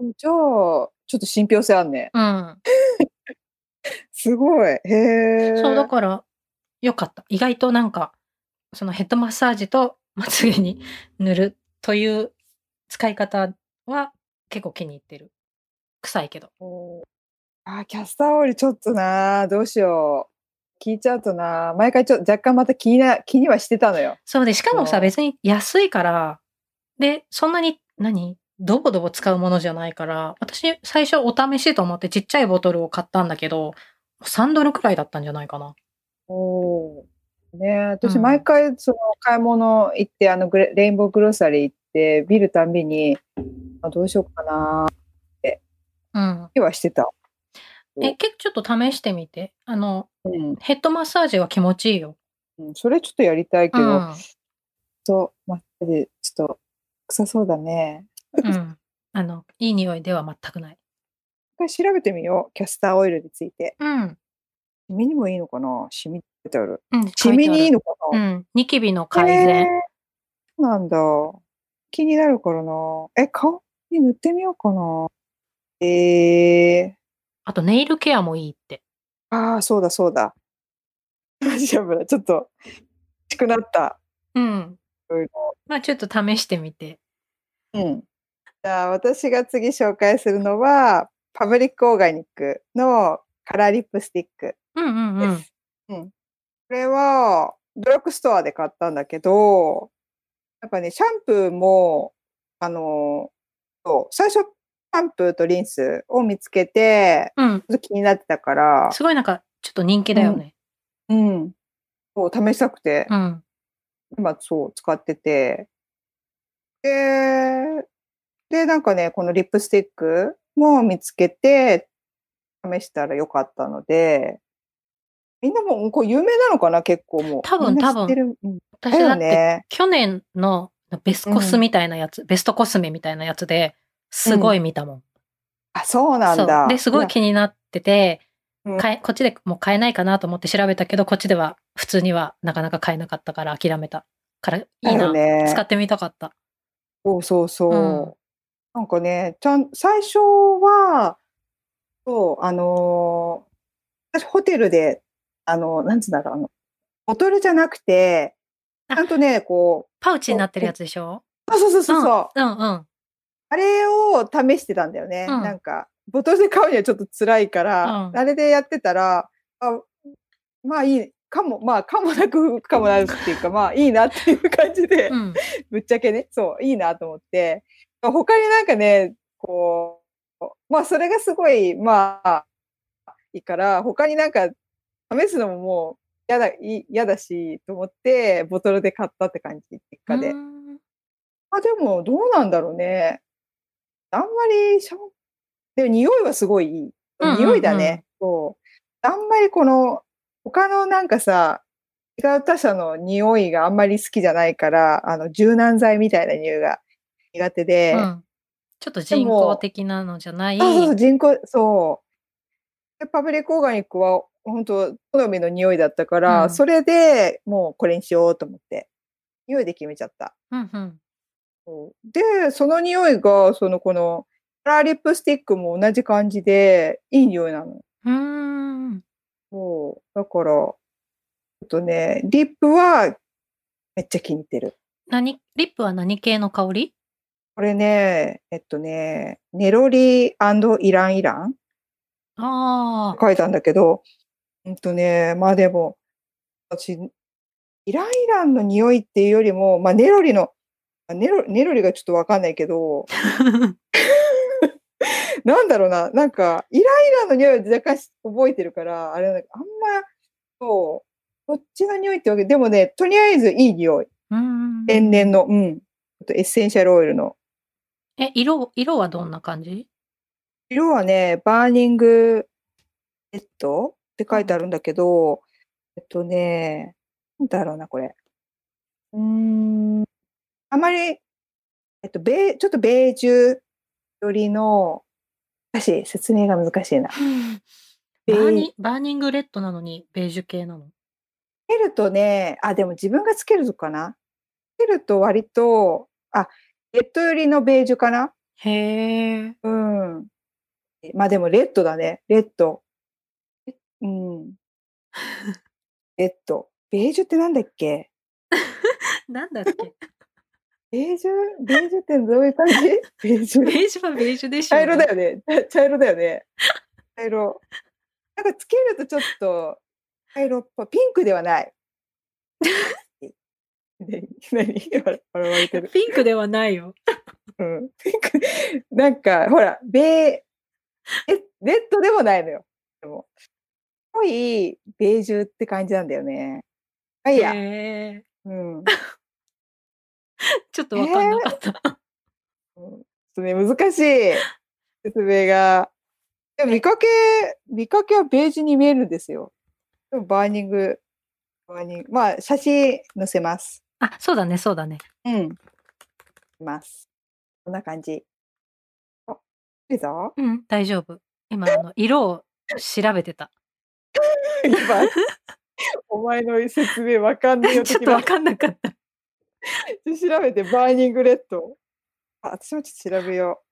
B: ん。
A: じゃあちょっと信憑性あんね
B: うん。
A: すごいへえ
B: そう、だから、よかった。意外となんか、そのヘッドマッサージとまつげに塗るという使い方は結構気に入ってる。臭いけど。
A: おーあーキャスターオイルちょっとなーどうしよう聞いちゃうとなー毎回ちょっと若干また気にな気にはしてたのよ
B: そうで、しかも
A: そ
B: さ、
A: う
B: 別に安いから、で、そんなに、何どぼどぼ使うものじゃないから、私、最初お試しと思ってちっちゃいボトルを買ったんだけど、3ドルくらいだったんじゃないかな。
A: おねえ私
B: うん
A: 毎回その買い物行ってあのグレレインボーグロサリー行ってビルたんびにあどうしようかなー
B: うん。
A: 気はしてた。
B: え、結構ちょっと試してみて。あの、
A: うん。
B: ヘッドマッサージは気持ちいいよ。
A: うん、それちょっとやりたいけ
B: う
A: ど、
B: ん。
A: そう、マッサージ、ちょっと、臭そうだね。
B: うん。あの、いい匂いでは全くない。
A: 一回調べてみよう。キャスターオイルについて。
B: うん。
A: シミにもいいのかなシミってある。
B: うん。
A: シミにいい
B: の
A: のか
B: う
A: な、
B: ん。ニキビの改
A: へー
B: 善。
A: そうなんだ。気になるからな。え、顔に塗ってみようかな。え
B: あと、ネイルケアもいいって。
A: ー、ああ、そうだそうだ。 シャブラ、ちょっと、欲しくなった。
B: うん。
A: いろい
B: まあ、ちょっと試してみて。
A: ろうん。じゃあ、私が次紹介するのは、パブリックオーガニックのカラーリップスティック。
B: うんうんうん。
A: これは、ドラッグストアで買ったんだけど、なんかね、シャンプーも、あの、そう最初、シャンプーとリンスを見つけて、
B: うん。
A: ちょっと気になってたから、
B: すごいなんか、ちょっと人気だよね。
A: うん。そう、試したくて、
B: うん。
A: 今、そう、使ってて。で、で、なんかね、このリップスティックも見つけて、試したらよかったので、みんなも、こう、有名なのかな、結構もう。
B: 多分
A: みんな知ってるうん
B: 私
A: だ
B: だ
A: よ
B: って、
A: ね。
B: 去年のベスコスみたいなやつ、ベストコスメみたいなやつで、すごい見たもん。
A: あ、そうなん
B: そう
A: だ。
B: ですごい気になってて、
A: うん
B: 買えこっちでもう買えないかなと思って調べたけどこっちでは普通にはなかなか買えなかったから諦めたからいい
A: だ
B: な、
A: よね
B: 使ってみたかった
A: そうそうそう。
B: うん
A: なんかね、ちゃん、最初は、そう、あのー私ホテルで、あのーなんつうんだろう、あの、ボトルじゃなくて、ち
B: あ
A: ゃんとね、こ
B: パウチになってるやつでしょ
A: う、あ、そうそうそうそう、
B: うんうん
A: あれを試してたんだよね。
B: うん
A: なんか、ボトルで買うにはちょっと辛いから、
B: うん
A: あれでやってたら、あ、まあいい、かも、まあ、かもなく、かもなくっていうか、まあいいなっていう感じで、
B: うん
A: ぶっちゃけね、そう、いいなと思って。他になんかね、こう、まあそれがすごい、まあ、いいから、他になんか試すのももう嫌だ、い嫌だし、と思って、ボトルで買ったって感じ、結果で。
B: うん
A: あ、でもどうなんだろうね。あんまりシャン、でも匂いはすごいいい。
B: うんうんうん
A: 匂いだね。そう。あんまりこの、他のなんかさ、違う他者の匂いがあんまり好きじゃないから、あの、柔軟剤みたいな匂いが苦手で、
B: うんちょっと人工的なのじゃない
A: そうそうそう、人工、そう。でパブリックオーガニックは、本当好みの匂いだったから、
B: うん
A: それでもうこれにしようと思って、匂いで決めちゃった。
B: うんうん
A: そうで、その匂いが、そのこの、カラーリップスティックも同じ感じで、いい匂いなの。
B: うーん
A: そう。だから、ちょっとね、リップは、めっちゃ気に入ってる。
B: 何リップは何系の香り
A: これね、えっとね、ネロリイランイラン
B: あ あ
A: 書いたんだけど、うんとね、まあでも、私、イランイランの匂いっていうよりも、まあネロリの、あネロネロリがちょっとわかんないけど、なんだろうな、なんか、イライラの匂いを若干し覚えてるから、あれなんか、あんま、そう、こっちの匂いってわけ、でもね、とりあえずいい匂い。
B: うん
A: 天然の、うん。あとエッセンシャルオイルの。
B: え色色はどんな感じ
A: 色はね、バーニングレッドって書いてあるんだけど、えっとね、なんだろうな、これ。うーん、あまり、えっと、ベーちょっとベージュよりの、難しい、説明が難しいな。
B: バー
A: ベー
B: ニバーニングレッドなのにベージュ系なの
A: つけるとね、あ、でも自分がつけるのかなつけると割と、あ、レッド寄りのベージュかな
B: へえ。
A: うん。えまあでもレッドだね。レッド。えうん。レッド。ベージュってなんだっけ
B: なん だっけ
A: ベージュベージュってどういう感 じベージ
B: ベ
A: ュ。
B: ージュはベージュでしょ。
A: 茶色だよね。茶茶色だよね。茶色。なんかつけるとちょっと茶色っぽい。ピンクでは ない。何 何笑笑われてる。
B: ピンクではないよ。
A: うん ピンクなんか、ほら、ベー、えレッドでもないのよ。でも、濃いベージュって感じなんだよね。まあいいや。
B: へー
A: うん。
B: ちょっとわかんなかった。
A: うんとね、難しい。説明が。でも見かけ、見かけはベージュに見えるんですよ。でもバーニング、バーニング。まあ、写真載せます。
B: あ、そうだね、そうだね。
A: うん。います。こんな感じ。あ、レザー
B: うん、大丈夫。今、あの、色を調べてた。
A: 今、 お前の説明わかんねえよ
B: ちょっとわかんなかった。
A: 調べて、バーニングレッド。あ、私もちょっと調べよ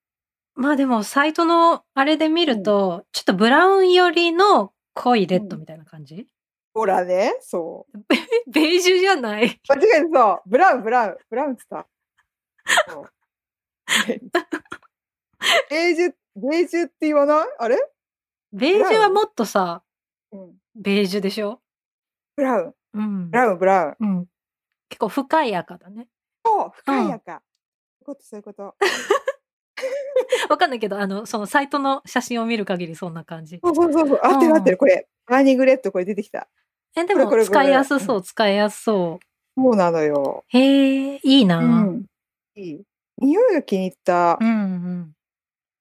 B: まあでも、サイトのあれで見ると、ちょっとブラウン寄りの濃いレッドみたいな感じ、
A: う。ほらね、そう。
B: ベージュじゃない。
A: 間違えてそう。ブラウン、ブラウン、ブラウンって言った。そうベージュ、ベージュって言わないあれ
B: ベージュはもっとさ、
A: うん。
B: ベージュでしょ
A: ブラウン、
B: うん
A: ブ。ラウン、ブラウン。
B: うん。結構深い赤だね。
A: そう、深い赤。そういうこと、そういうこと。
B: わかんないけど、あの、そのサイトの写真を見る限りそんな感じ。
A: そうそうそうそう。合ってる合ってる、これ。バーニングレッド、これ出てきた。
B: え、で
A: これ
B: も
A: これこれ
B: 使いやすそう、使いやすそう。
A: そうなのよ。
B: へえ、いいな。
A: う
B: うん、
A: ん。いい。匂いが気に入った
B: う。ん、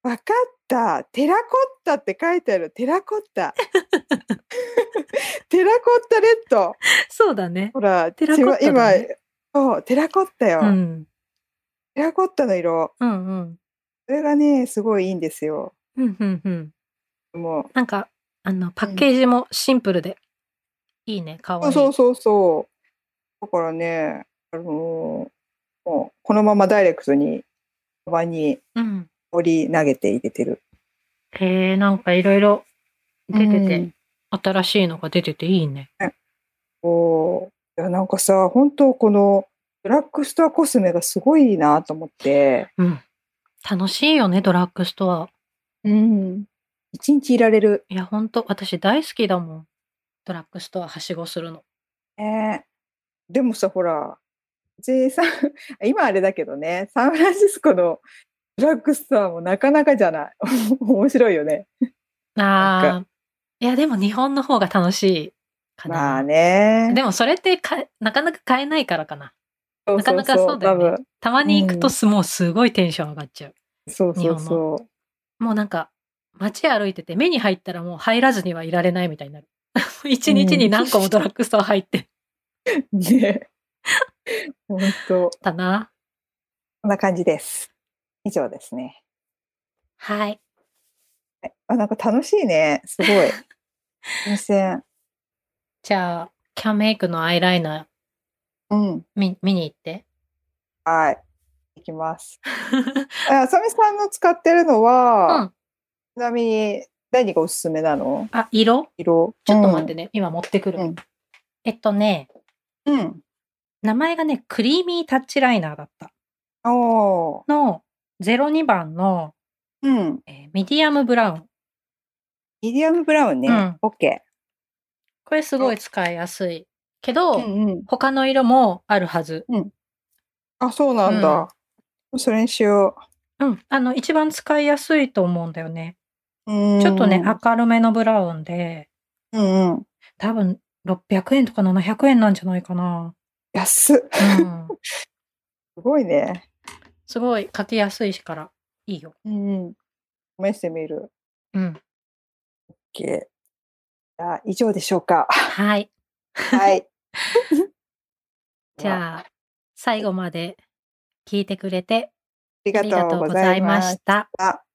A: わかった。テラコッタって書いてある。テラコッタ。 テラコッタレッド。
B: そうだね。
A: ほら、
B: テラコッタ
A: ちま
B: だ
A: 今、そう、テラコッタよ。
B: うん。
A: テラコッタの色。
B: うんうん。
A: それがね、すごいいいんですよ。
B: うんうんうん。
A: も
B: なんか、あの、パッケージもシンプルで、いいね、か
A: う。
B: わいい。
A: そうそうそう。だからね、あのーもう、このままダイレクトに、カバンに
B: うん。
A: 放り投げて入れてる。
B: へえ、なんかいろいろ出てて、
A: うん
B: 新しいのが出てていいね。
A: こういやなんかさ、本当この、ドラッグストアコスメがすごいなと思って。
B: うん。楽しいよね、ドラッグストア。
A: うん。一日いられる。
B: いや、ほんと、私大好きだもん。ドラッグストアはしごするの。
A: ねえでもさ、ほら、J さん、 今あれだけどね、サンフランシスコのドラッグストアもなかなかじゃない。 面白いよね。な
B: ああ。いや、でも日本の方が楽しいかな。
A: まあね。
B: でもそれってかなかなか買えないからかな。
A: も
B: なかなかそうだよね
A: 多分
B: たまに行く
A: う
B: と
A: ん
B: す、もうすごいテンション上がっちゃう。
A: そうそう
B: 日
A: そう。
B: もうなんか、街歩いてて目に入ったらもう入らずにはいられないみたいになる。 一日に何個もドラッグストア入って
A: ね。本当
B: たな。
A: こんな感じです。以上ですね。
B: はい。
A: はいあ、なんか楽しいね。すごい。新鮮。
B: じゃあ、キャンメイクのアイライナー
A: うん。
B: 見見に行って。
A: はい。いき ます。あさみさんの使ってるのは、
B: うん
A: ちなみに何がおすすめなの
B: あ、色
A: 色。
B: ちょっと待ってね。今持ってくる、
A: うん
B: えっとね、
A: うん。うん。
B: 名前がね、クリーミータッチライナーだった。
A: おー
B: の02番の、
A: うん。
B: えーミディアムブラウン。
A: ミディアムブラウンね。
B: うん
A: オッケ
B: これすごい使いやすい。けど、
A: ー。うんうん。
B: 他の色もあるはず。
A: あ、そうなんだ。それにしよ
B: うん。あの、一番使いやすいと思うんだよね。
A: う。うん
B: ちょっとね、明るめのブラウンで、
A: うんうん。
B: 多分600円とか700円なんじゃないかな。
A: 安っ。
B: うん。
A: すごいね。
B: すごい書きやすいしから、いいよ。
A: うんうん。試してみる。
B: うん。
A: オッケー。じゃあ、以上でしょうか。
B: はい。
A: はい。
B: じ
A: あ。あ
B: ゃあ、最後まで聞いてくれて
A: り
B: あ
A: が
B: りが
A: と
B: と
A: う
B: う
A: ご
B: ご
A: ざ
B: ざ
A: い
B: い
A: ま
B: ま
A: し
B: した。
A: た。